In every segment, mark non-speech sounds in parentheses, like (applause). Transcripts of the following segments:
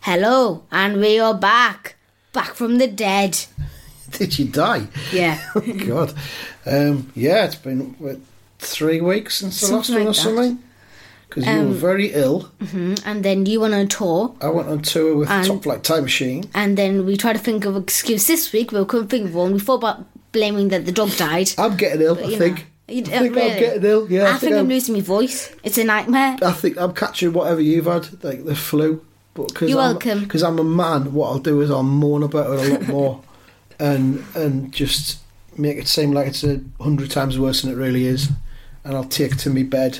Hello, and we are back. Back from the dead. (laughs) Did you die? Oh, Yeah. (laughs) (laughs) God. Um, yeah, it's been what, three weeks since the last Something one or like that. Um, something. Because you were very ill. Mhm, and then you went on a tour, I went on tour with And- Top Flight Time Machine. and then we tried to think of an excuse this week, but we couldn't think of one. We thought about blaming that the dog died. I'm getting ill, I you think. know. You I d- uh, think really? I'm getting ill. Yeah, I, I think I'm I'm- losing my voice. It's a nightmare. I think I'm catching whatever you've had, like the flu. But cause You're I'm, welcome. Because I'm a man, what I'll do is I'll moan about (laughs) it a lot more, and and just make it seem like it's a hundred times worse than it really is, and I'll take to me bed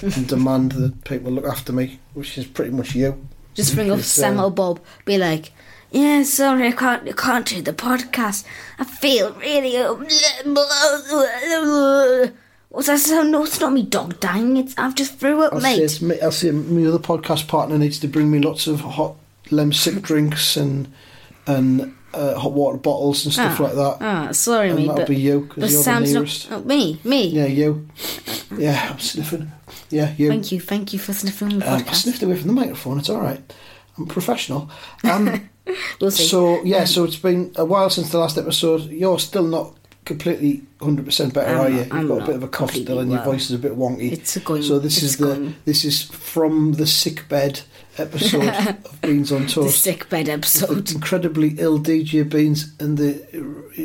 and demand that people look after me, which is pretty much you. Just ring up It's, Sam uh, or Bob, be like, "Yeah, sorry, I can't, I can't do the podcast. I feel really." (sighs) Was that so? No, it's not me dog dying. It's I've just threw up, I'll say, mate. it's me- I'll say my other podcast partner needs to bring me lots of hot lemsip drinks and and uh, hot water bottles and stuff Ah, like that. Ah, sorry, and mate. that'll But, be you but because you're the Sam's nearest. not oh, me. Me. Yeah, you. Yeah, I'm sniffing. Yeah, you. Thank you, thank you for sniffing the Um, I podcast. sniffed away from the microphone. It's all right. I'm professional. (laughs) Um, We'll see. so yeah, so it's been a while since the last episode. You're still not completely 100 percent better, I'm are you? not- You've I'm got a not bit of a cough still, completely and your well. voice is a bit wonky. It's going- So this it's is the going. this is from the sick bed (laughs) episode of Beans on the Toast. sick bed episode. The (laughs) incredibly ill DJ Beans and the uh,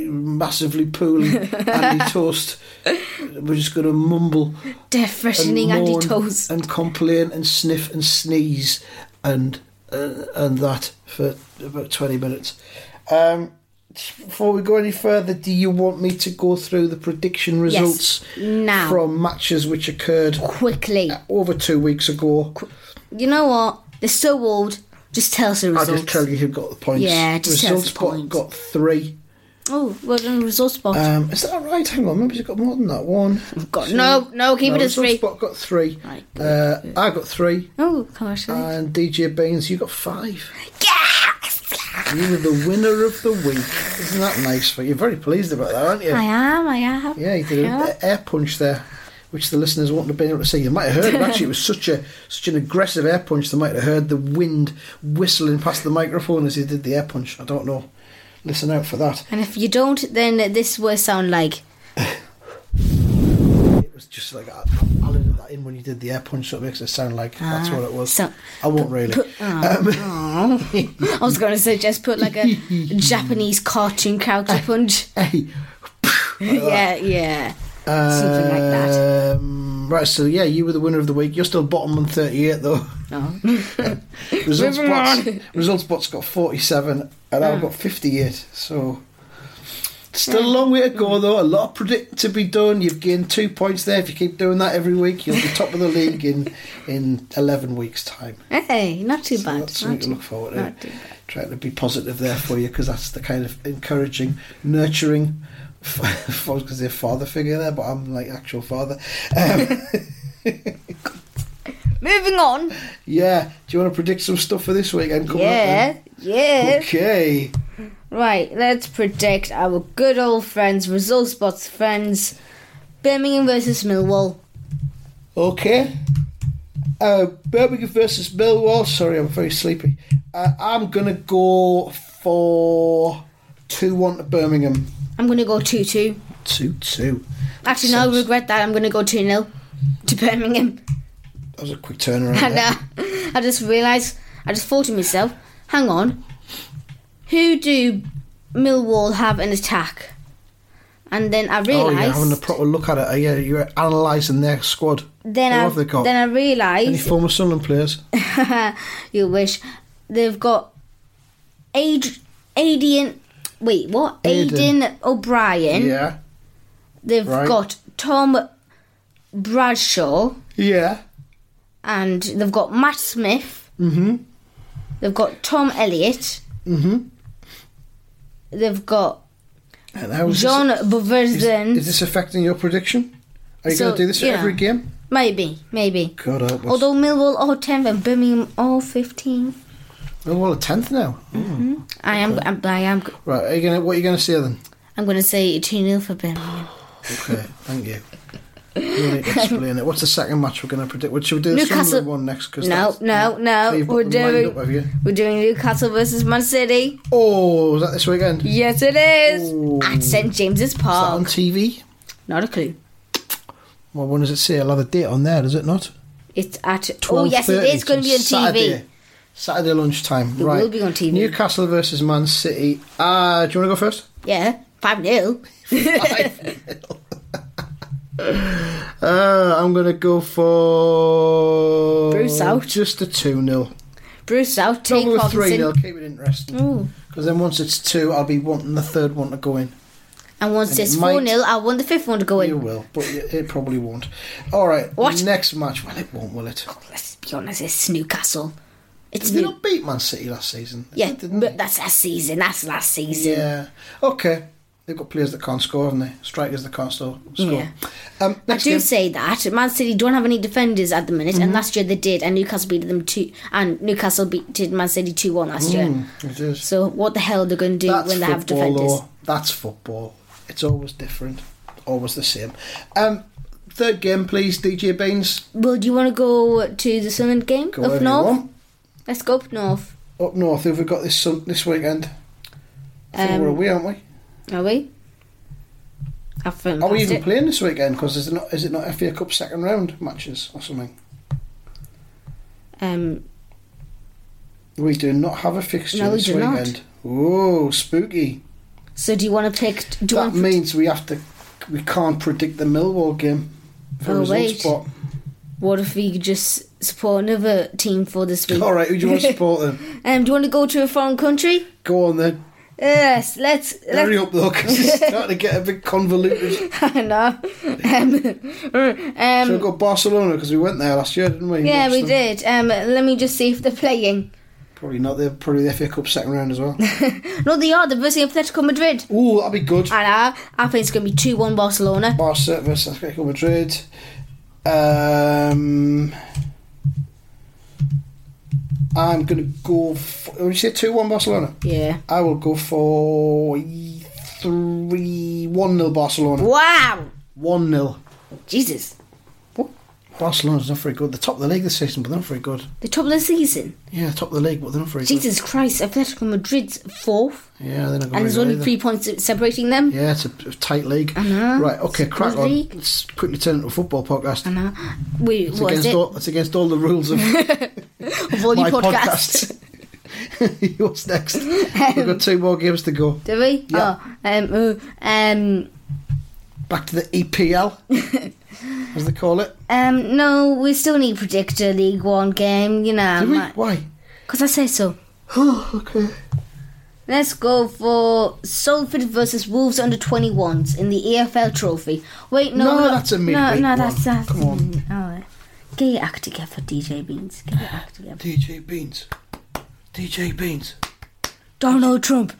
(laughs) massively poorly Andy Toast. We're just going to mumble Death freshening Andy moan Toast. and complain and sniff and sneeze and uh, and that for about twenty minutes. Um, before we go any further, do you want me to go through the prediction results now. from matches which occurred Quickly. over two weeks ago? You know what? They're so old. Just tell us the I'll results. just tell you who got the points. Yeah, just tell us results the bot points. got three. Oh, we're in the results box. Um, is that right? Hang on, maybe he's got more than that. One. God, two- no, no, keep it as results three. bot got three. Right, Uh, I got three, Oh, commercial. and DJ Beans, you got five. yes! You were the winner of the week. Isn't that nice for you? You're very pleased about that, aren't you? I am, I am. Yeah, you did an Yeah. air punch there, which the listeners wouldn't have been able to see. You might have heard it. Actually, it was such a such an aggressive air punch. They might have heard the wind whistling past the microphone as he did the air punch. I don't know. Listen out for that. And if you don't, then this will sound like. It was just like I, I added that in when you did the air punch, so it makes it sound like that's what it was. Ah, so- I won't really. oh, Um, (laughs) I was going to suggest put like (laughs) a Japanese cartoon character punch. Hey, (laughs) yeah, yeah. Something like that. Um, right, so yeah, you were the winner of the week. You're still bottom on 38 though. Oh. Results Moving bots, on. (laughs) results bots got 47 and I've got 58. So still a long way to go though. A lot of predict to be done. You've gained two points there. If you keep doing that every week, you'll be top of the (laughs) league in in 11 weeks time. Hey, not too So bad. that's not something to too- look forward to. not too bad. Trying to be positive there for you because that's the kind of encouraging, nurturing. (laughs) f- I was going to say father figure there, but I'm like actual father. Um, (laughs) Moving on. yeah, do you want to predict some stuff for this weekend? coming up then? Yeah, yeah. Okay. Right, let's predict our good old friends, results bots friends. Birmingham versus Millwall. Okay. Uh, Birmingham versus Millwall. Sorry, I'm very sleepy. Uh, I'm going to go for 2 1 to Birmingham. I'm going to go 2 2. 2 2. Actually, no, Sounds- regret that. I'm going to go 2 0 to Birmingham. (laughs) That was a quick turnaround. And there. uh, I just realised, I just thought to myself, hang on, who do Millwall have an attack? And then I Oh, yeah, realised. having a proper look at it. Uh, yeah, you're analysing their squad. then Who I, have they got? then I Any realised. former Sunderland players? (laughs) you wish. They've got Ad- Adian. Wait, what? Aidan. Aiden O'Brien. yeah. They've Right. got Tom Bradshaw Yeah. and they've got Matt Smith. hmm They've got Tom Elliott. hmm They've got And how is John This, is, is Boversen. this affecting your prediction? Are you So, going to do this you at know. every game? Maybe, maybe. God, oh, I hope it's- Although Millwall are 10th and Birmingham are 15th. Millwall are tenth now. I am, I'm, I am, Right, are you gonna, what are you going to say then? I'm going to say 2 0 for Birmingham. Okay, thank you. You don't need to explain it. What's the second match we're going to predict? Well, should we do the Newcastle- Sunderland one next? Cause No, that's- no, no. So you've got We're them lined doing Up, have you? we're doing Newcastle versus Man City. Oh, is that this weekend? Is Yes, it is Ooh. at St James's that on Park. TV? Not a clue. Well, when does it say? I'll have a date on there, does it not? It's at oh yes, it 12:30, is going to be on so TV. Saturday, Saturday lunchtime, It right? will be on TV. Newcastle versus Man City. Uh, do you want to go first? Yeah, five 0 Uh, I'm gonna go for Bruce out. Just a two 0 (laughs) Bruce out. Don't Take go with three 0 Hawkinson. Keep it interesting. Ooh. Because then once it's two, I'll be wanting the third one to go in. And once And it's it might- four 0 I want the fifth one to go You in. will, but it it probably won't. All right. What? next match? Well, it won't, will it? Let's be honest, it's Newcastle. It's Did they new. not beat Man City last season? Yeah, didn't but they? that's last season. That's last season. Yeah. Okay. They've got players that can't score, haven't they? Strikers that can't score. score. Yeah. Um, I next do game. Mm-hmm. say that Man City don't have any defenders at the minute, and last year they did, and Newcastle beat them two, and Newcastle beat did Man City two one last year. Mm, it is. So what the hell they're going to do when they have defenders? though. That's football. It's always different, always the same. Um, third game, please, DJ Beans. Well, do you want to go to the Sunderland game Go up wherever north? you want. Let's go up north. Up north, who've we got this sun- this weekend? I think Um, we're away, aren't we? Are we? I've Are we even it. playing this weekend? Because is it not is it not FA Cup second round matches or something? um, We do not have a fixture No, we this do not. weekend. Oh, spooky! so do you want to pick? Do you that want to means we have to we can't predict the Millwall game for Oh, results. wait. But what if we could just support another team for this week? (laughs) all right, who do you (laughs) want to support then? Um, do you want to go to a foreign country? Go on then. Yes, let's. let's Hurry up though, 'cause (laughs) it's starting to get a bit convoluted. I know. Um, um, Should we go Barcelona because we went there last year, didn't we? And yeah, watched we them. did. Um, let me just see if they're playing. Probably not. They're probably the FA Cup second round as well. (laughs) No, they are. They're versus Atletico Madrid. Ooh, that'd be good. And I, I think it's going to be 2 1 Barcelona. Barca versus Atletico Madrid. Um, I'm gonna go. For, did you say two one Barcelona? Yeah. I will go for three one 0 Barcelona. Wow. One 0 Jesus. Barcelona's not very good. They're top of the league this season, but they're not very good. The top of the season. Yeah, top of the league, but they're not very good. Jesus Christ. Atletico Madrid's fourth. Yeah, they're not very And there's good only either. three points separating them. Yeah, it's a a tight league. know. Right, okay, It's a crack good on. league. Let's quickly turn into a football podcast. And uh, we, It's what is against, it? all, it's against all the (laughs) rules of Of all your my podcasts. podcast. (laughs) What's next? Um, We've got two more games to go. (laughs) Do we? Yeah. Oh, um, ooh, um, Back to the EPL, (laughs) as they call it. um, no, we still need Predictor League One game, you know. Do we? Why? (sighs) Because I say so. okay. Let's go for Salford versus Wolves under 21s in the EFL Trophy. Wait, no, No, no that's a No, midweek no, one. that's that's. Come on. All right, get your act together, DJ Beans. Get your act together. DJ Beans. DJ Beans. Donald Trump.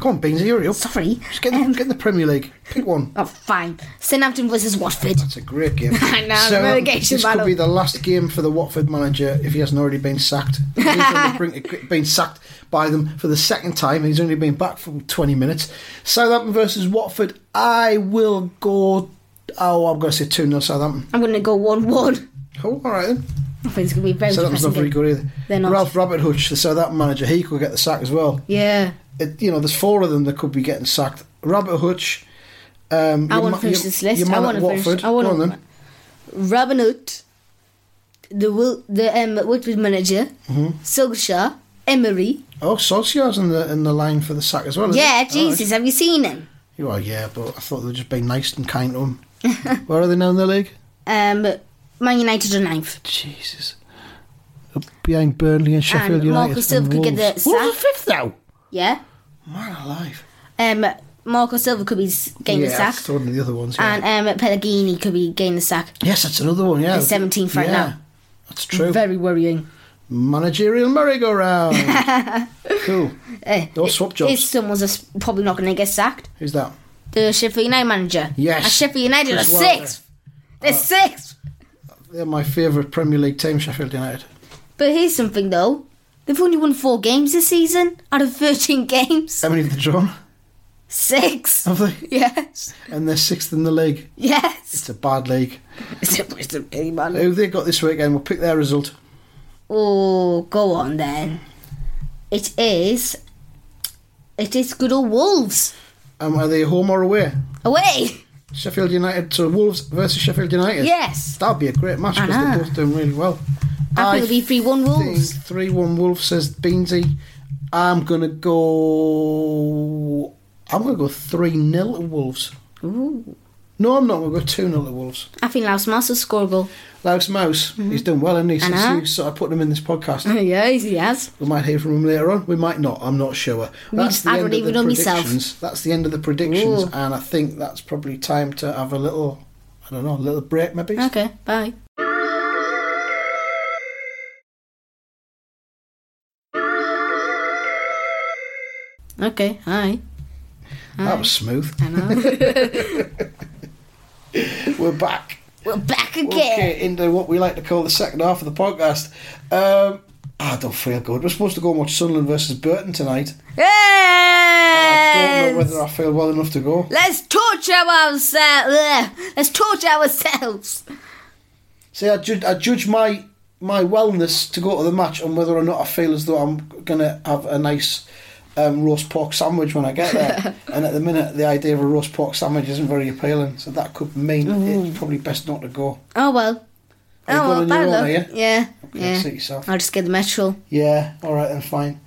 Come on, Beans, hurry up. Sorry. Just get in, get in the Premier League. Pick one. Oh, fine. Southampton versus Watford. That's a great game. (laughs) I know, relegation this battle. could be the last game for the Watford manager if he hasn't already (laughs) been sacked. He's on the brink of being sacked by them for the second time. He's only been back for 20 minutes. Southampton versus Watford. I will go. Oh, I'm going to say 2 0 Southampton. I'm gonna go one-one. Oh, all right then. I think it's gonna be very Southampton's interesting. not very good either. They're not. Ralph Robert Hutch, the Southampton manager, he could get the sack as well. Yeah, It, you know, there's four of them that could be getting sacked. Robert Hutch. Um, I your want to ma- finish your- this list. your I man want at to finish. Watford. I want Go on to. then. Robin Hood, the Wil- the um, Watford manager, Mm-hmm. Solskjaer, Emery. Oh, Solskjaer's in the in the line for the sack as well. is Yeah, it? Oh, All right. Jesus, have you seen him? You are, yeah, but I thought they'd just be nice and kind to him. (laughs) Where are they now in the league? Um, Man United are ninth. Jesus. Up behind Burnley and Sheffield And United. Marcus Silva and could get Wolves. the Wolves are sack. fifth now. Yeah. Man alive. Um, Marco Silva could be s- getting yeah, the sack, that's one of the other ones. Yeah. and um, Pellegrini could be getting the sack. yes, that's another one, yeah. They're 17th right yeah, now. That's true. Very worrying. Managerial merry-go-round. (laughs) cool. Uh, They'll swap If jobs. someone's just probably not going to get sacked, Who's that? the Sheffield United manager. Yes. And Sheffield United are Chris Wilder. Uh. sixth. They're sixth. They're my favourite Premier League team, Sheffield United. But here's something though. They've only won four (laughs) games this season out of 13 games. Uh. How many have they drawn? (laughs) Six. Have they? Yes. And they're sixth in the league. Yes. It's a bad league. It's a, it's a really bad Who have they got this weekend? We'll pick their result. Oh, go on then. It is. It is good old Wolves Um, are they home or away? away. Sheffield United. So Wolves versus Sheffield United. Yes, That'd be a great match I because they're know. both doing really well. Uh-huh. I think it'll be three-one Wolves. Three one Wolves says Beansy. I'm gonna go. I'm gonna go three 0 to Wolves. Ooh, No, I'm not. We'll go two 0 to Wolves. I think Laos Mouse will score a goal. (laughs) Louse Mouse. He's done well, isn't he? Since Mm-hmm. know. you sort of put him in this podcast. yeah, he has. We might hear from him later on. We might not. I'm not sure. We- I don't even know myself. That's the end of the predictions, Ooh. and I think that's probably time to have a little. I don't know, a little break maybe. Okay, bye. Okay, hi. That was smooth. I know. (laughs) We're back. We're back Okay, again. into what we like to call the second half of the podcast. Um, I don't feel good. We're supposed to go and watch Sunderland versus Burton tonight. I don't know Yes. whether I feel well enough to go. Let's torture ourselves. Let's torture ourselves. See, I, ju- I judge my my wellness to go to the match on whether or not I feel as though I'm gonna have a nice um, roast pork sandwich when I (laughs) get there. and at the minute, the idea of a roast pork sandwich isn't very appealing. So that could mean Mm. it's probably best not to go. Oh well. Are you oh going well, on your bad own, luck. are you? Yeah. Yeah. Yeah. Suit yourself. I'll just get the metro. Yeah. All right then. Fine.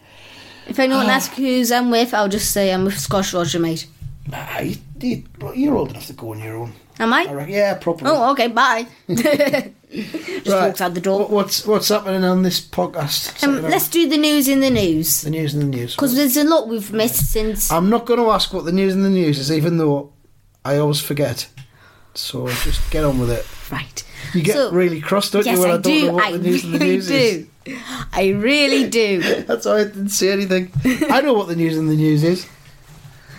If anyone Ah. asks who's I'm with, I'll just say I'm with Scotch Roger, mate. Nah, you, you, you're old enough to go on your own. Am I I? reckon. Yeah, probably. Oh, okay, (laughs) bye. just Right. walks out the door. What- What's what's happening on this podcast? Um, let's do the news in the news. the news Ah. in the news. Because there's a lot we've missed since. I'm not going to ask what the news in the news is, even though I always forget. So just get on with it. Right. You get So- really cross, don't Yes, you? When I, I don't know do. what I the news in the really news is. do. I really do. (laughs) That's why I didn't say anything. I know what the news in the news is.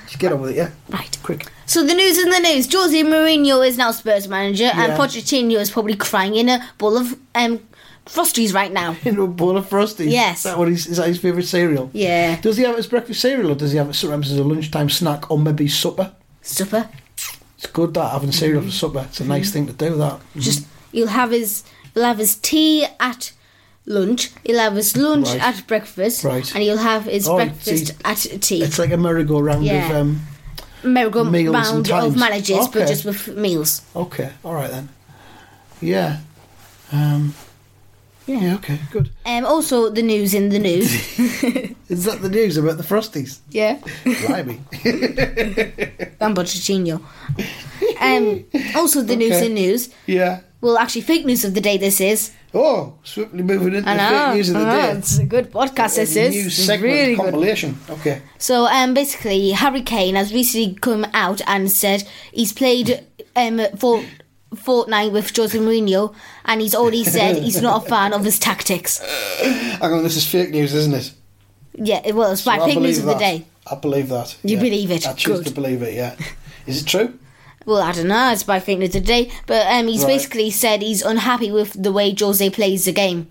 Just get on with it, yeah. Right. Quick. (laughs) So the news in the news: Jose Mourinho is now Spurs manager, and Yeah. Pochettino is probably crying in a bowl of um, frosties right now. Into a bowl of frosties. Yes. Is that what he's, is that his favourite cereal? Yeah. Does he have it as breakfast cereal or does he have it sometimes as a lunchtime snack or maybe supper? Supper. It's good that having cereal Mm-hmm. for supper. It's a nice thing to do that. Just he'll have his he'll have his tea at lunch. He'll have his lunch Right. at breakfast, Right. and he'll have his Oh, breakfast tea. at tea. It's like a merry-go-round of Yeah. um, Merry-go meals and round of times. managers, but Okay. just with meals. Okay, all right then. Yeah. Um, yeah, okay, good. Um, also the news in the (laughs) news. Is that the news about (laughs) the Frosties? yeah. Blimey. And Pochettino. Um, also the news Okay. in news. yeah. Well, actually, fake news of the day. This is. Oh, swiftly moving into I the know. fake news of the I know, day. It's a good podcast. Oh, This A is new It's segment really good. compilation. Okay. So, um, basically, Harry Kane has recently come out and said he's played um for Fortnite with Jose Mourinho, and he's already said he's not a fan of his tactics. Hang on, this is fake news, isn't it? Yeah, well, it's right. I Fake news believe of the that. day. I believe that. You believe it, I choose good. to believe it, yeah. Is it true? Well, I don't know. It's by fake news of the day, but um, he's Right. basically said he's unhappy with the way Jose plays the game.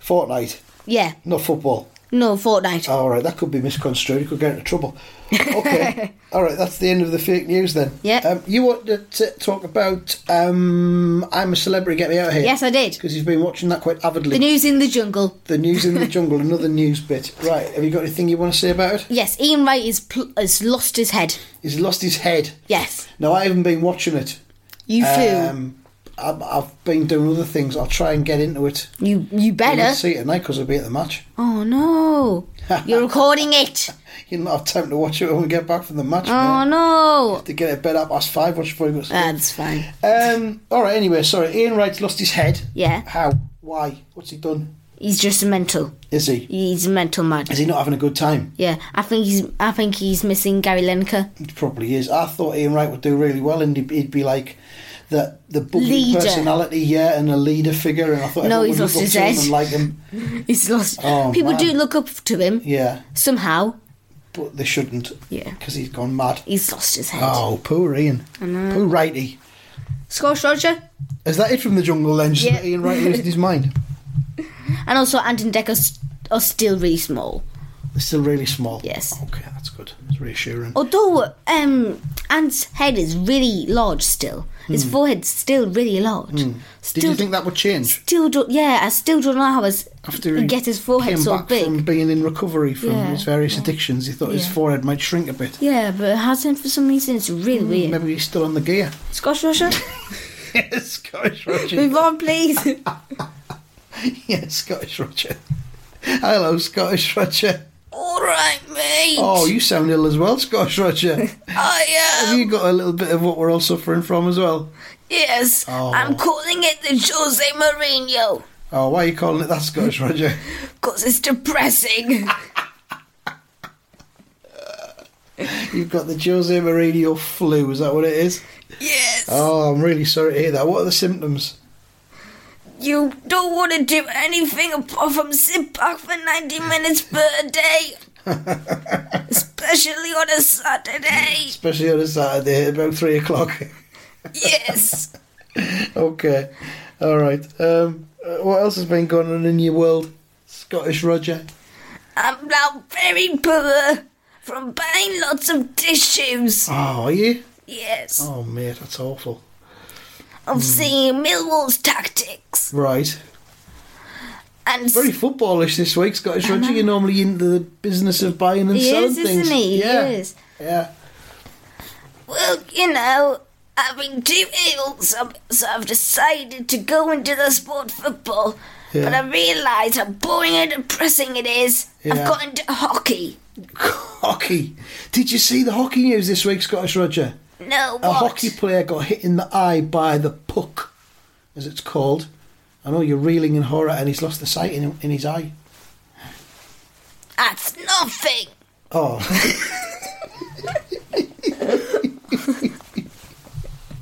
Fortnite, Yeah, not football. no Fortnite. All right, that could be misconstrued. You could get into trouble. (laughs) Okay. All right, that's the end of the fake news then. Yeah. Um, you want to t- talk about um, I'm a Celebrity, Get Me Out of Here? Yes, I did. Because you've been watching that quite avidly. The news in the jungle. The (laughs) news in the jungle, another news bit. Right, have you got anything you want to say about it? Yes, Ian Wright is pl- has lost his head. He's lost his head. Yes, Now, I haven't been watching it. you fool. Um, I've, I've been doing other things. I'll try and get into it. You you I better. won't see it tonight because I'll be at the match. Oh (laughs) no! You're recording it. You'll not have time to watch it when we get back from the match. Oh mate. no! To get it bed up past five, watch before you go to sleep. That's fine. Um, all right. Anyway, sorry. Ian Wright's lost his head. Yeah, How? Why? What's he done? he's just mental. Is he? He's mental mad. Is he not having a good time? Yeah, I think he's I think he's missing Gary Lineker. He probably is. I thought Ian Wright would do really well, and he'd, he'd be like the the bubbly Leader. personality, yeah, and a leader figure. And I thought No, everyone he's would lost look up his to him head. and like him. He's lost. Oh, People man. do look up to him Yeah, somehow. but they shouldn't. Yeah. because he's gone mad. He's lost his head. Oh, poor Ian. Poor Righty. Scotch Roger Is that it from the jungle then? Just Yeah. that Ian Wright losing (laughs) his mind. and also Anton Deck are, s- are still really small. They're still really small. Yes. Oh, Okay, that's That's good. It's reassuring. Although um, Ant's head is really large still, his forehead's still really large. Hmm. Did you Still, think that would change still don't. Yeah, I still don't know how his, after he he get his forehead came so back big. from being in recovery from Yeah. his various addictions? He thought his Yeah. forehead might shrink a bit. Yeah, but it hasn't for some reason. It's really weird. Maybe he's still on the gear. (laughs) Scotch Russia, yes, Scottish Roger. move on, (laughs) please. yes, Scottish Roger. Hello, Scottish Roger. All right, mate. Oh, Oh, you sound ill as well, (laughs) Scottish Roger. I am. Have you got a little bit of what we're all suffering from as well? Yes, Oh. I'm calling it the Jose Mourinho Oh, why are you calling it that, Scottish (laughs) Roger? because it's depressing. (laughs) You've got the Jose Mourinho flu. Is that what it is? yes, Oh, I'm really sorry to hear that. What are the symptoms? you don't want to do anything apart from sit back for 90 minutes per day, (laughs) especially on a Saturday. Especially on a Saturday at about three o'clock. (laughs) Yes. okay, all right. Um, uh, what else has been going on in your world, Scottish Roger? I'm now very poor from buying lots of tissues. Oh, are you? Yes, Oh, mate, that's awful. Hmm. of seeing Millwall's tactics Right. and Very footballish this week, Scottish Roger. You're normally into the business of buying and He selling is, things. isn't he? He Yeah. is. Yeah. (laughs) well, you know, I've been too ill, so, so I've decided to go into the sport football. Yeah. But I realise how boring and depressing it is. Yeah. I've got into hockey. Hockey. Did you see the hockey news this week, Scottish Roger? No, A what? hockey player got hit in the eye by the puck, as it's called. I know you're reeling in horror, and he's lost the sight in, in his eye. That's nothing. Oh.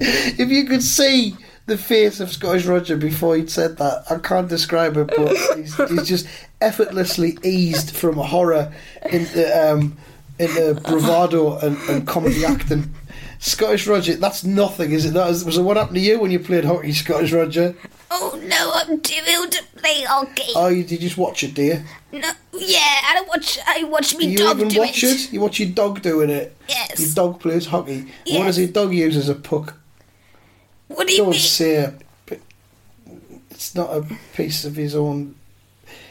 if you could see the face of Scottish Roger before he'd said that, I can't describe it, but he's, he's just effortlessly eased from horror into, um, into bravado and, and comedy acting. Scottish Roger, that's nothing, is it? That is, so what happened to you when you played hockey, Scottish Roger? Oh no, I'm too ill to play hockey. Oh, you did you just watch it, dear? no, yeah, I don't watch. I watch me Do you dog even do watch it? You watch your dog doing it. Yes. Your dog plays hockey. What Yes. does your dog use as a puck? What do you Don't mean? say it. But It's not a piece of his own.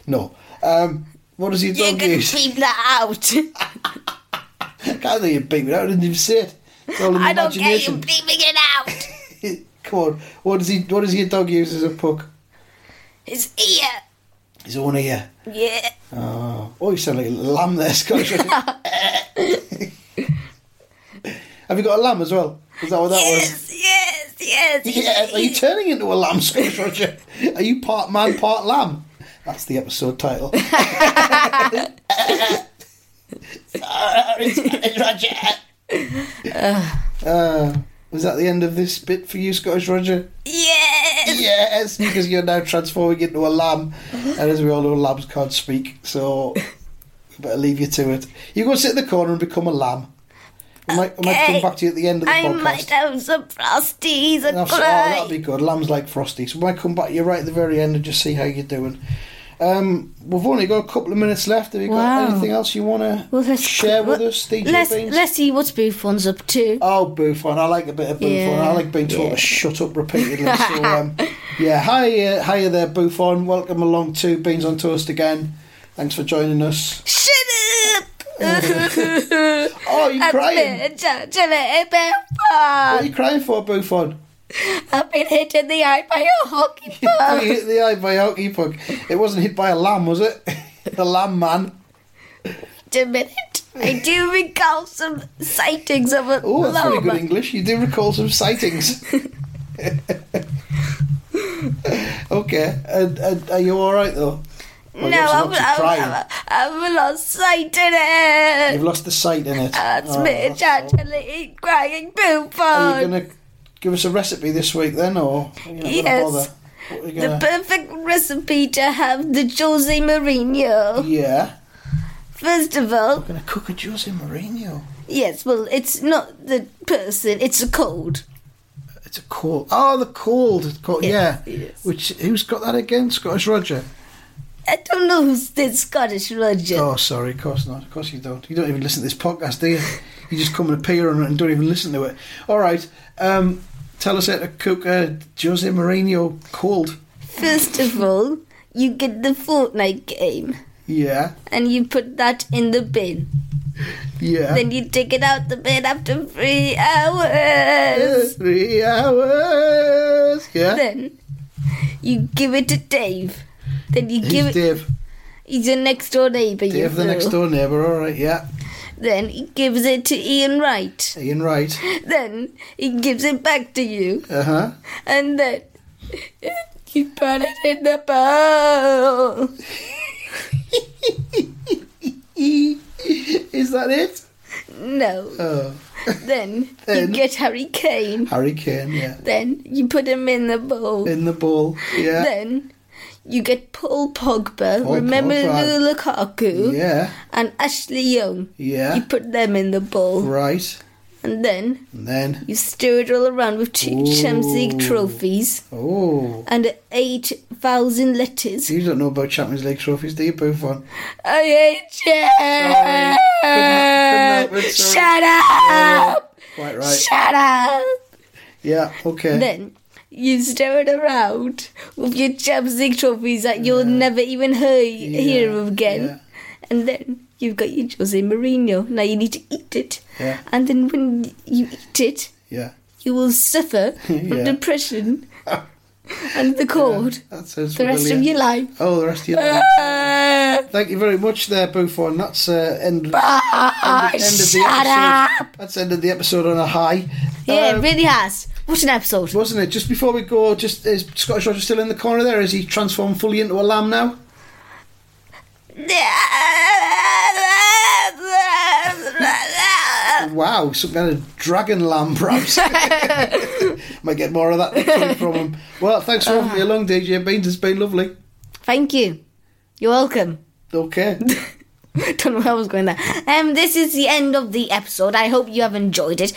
No. Um, what does your You're dog gonna use? keep that out. I (laughs) can't think you beat me. I didn't even say it. It's all in the I don't care. You're imagination. bleeping it out. (laughs) Come on. What does he? What does your dog use as a puck? His ear. His own ear. Yeah. Oh, oh you sound like a lamb (laughs) there, (laughs) Scottish. Have you got a lamb as well? Is that what that was? yes, yes, yes, (laughs) Yeah, are you turning into a lamb, Scottish Roger? Are you part man, part lamb? That's the episode title. Sorry, Scottish Roger. Uh, was that the end of this bit for you, Scottish Roger? yes. Yes, because you're now transforming into a lamb, and as we all know, lambs can't speak. So, we better leave you to it. You go sit in the corner and become a lamb. I might, I might Okay. come back to you at the end of the I podcast. might have some frosties and That's- oh, cry. that'll be good. Lamb's like frosty. So when I come back, you're right at the very end and just see how you're doing. Um, we've only got a couple of minutes left. Have you Wow. got anything else you want to Well, let's- share with well, us, DJ let's Beans? let's see what Buffon's up to. Oh, Buffon. I like a bit of Buffon. Yeah, I like being told yeah. to shut up repeatedly. (laughs) so, um, yeah, hi, uh, hiya there, Buffon. Welcome along to Beans on Toast again. Thanks for joining us. Shut (laughs) up. I'm Oh, you're crying. been touched a little bit What are far. you crying for, Buffon? (laughs) I've been hit in the eye by a hockey You puck. hit the eye by a hockey puck. It wasn't hit by a lamb, was it? (laughs) the lamb man. Wait a minute. I do recall some sightings of a Oh, that's very llama. good English. You do recall (laughs) some sightings. okay, and, and are you all right though? no, Well, you're I'm, obviously I'm, crying. I'm, I'm lost sight in it. You've lost the sight in it. That's Oh, me, that's all. Chantilly, crying poop Are you on. going to give us a recipe this week then, or are you not Yes. going to bother? What are you The gonna... perfect recipe to have the Jose Mourinho. yeah, First of all, I'm going to cook a Jose Mourinho. yes, well, it's not the person, it's a cold. It's a cold. Oh, the cold. It's cold. Yes, yeah. yes. Which who's got that again? Scottish Roger. I don't know who's the Scottish religion. Oh, sorry, of course not. Of course you don't. You don't even listen to this podcast, do you? You just come and appear on it and don't even listen to it. All right. Um, tell us how to cook uh, Jose Mourinho cold. First of all, you get the Fortnite game Yeah, and you put that in the bin. yeah. Then you take it out the bin after three hours. Three hours. Yeah. Then you give it to Dave. Then you He's give it. Dave. He's your next door neighbour. you Dave, the know. next door neighbour. All right, yeah. Then he gives it to Ian Wright. Ian Wright. Then he gives it back to you. Uh huh. And then (laughs) you put it in the bowl. E, (laughs) Is that it? (laughs) No. Oh, Then, Then- you get Harry Kane. Harry Kane, yeah. Then you put him in the bowl. In the ball, yeah. Then you get Paul Pogba. Paul Remember Pogba. Lou Lukaku Yeah, and Ashley Young. You yeah. put them in the bowl. Right. And then And then, you stir it all around with two Ooh. Champions League trophies oh. and 8,000 letters. You don't know about Champions League trophies, do you, Buffon? I hate you. Sorry. Couldn't- couldn't help it, sorry. Shut up! Quite right. Shut up! Yeah, okay. Then you stir it around with your Champions League trophies that you'll never even hear, Yeah, hear of again. yeah. And then you've got your Jose Mourinho. Now you need to eat it. Yeah. And then when you eat it, Yeah. you will (laughs) suffer Yeah. from (laughs) depression and the cold That sounds the rest of Uh, familiar. your life. Oh, the rest of your life. (laughs) Thank you very much there, Buffon. That's uh, end, Ah, end of the shut up! episode. That's ended the episode on a high. Yeah, Um, it really has. What an episode. wasn't it? Just before we go, just is Scottish Roger still in the corner there? Is he transformed fully into a lamb now? Wow, some kind of dragon (laughs) lamb, perhaps. Might get more of that next week from him. Well, thanks for Uh-huh. having me along, DJ Beans. It's been lovely. (laughs) Thank you. You're welcome. Okay. (laughs) Don't know where I was going there. Um, this is the end of the episode. I hope you have enjoyed it.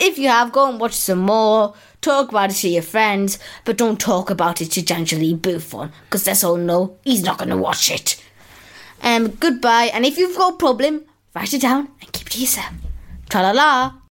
If you have, go and watch some more. Talk about it to your friends, but don't talk about it to Janjali Buffon, because that's all no, he's not going to watch it. Um, goodbye, and if you've got a problem, write it down and keep it to yourself. Tra la la.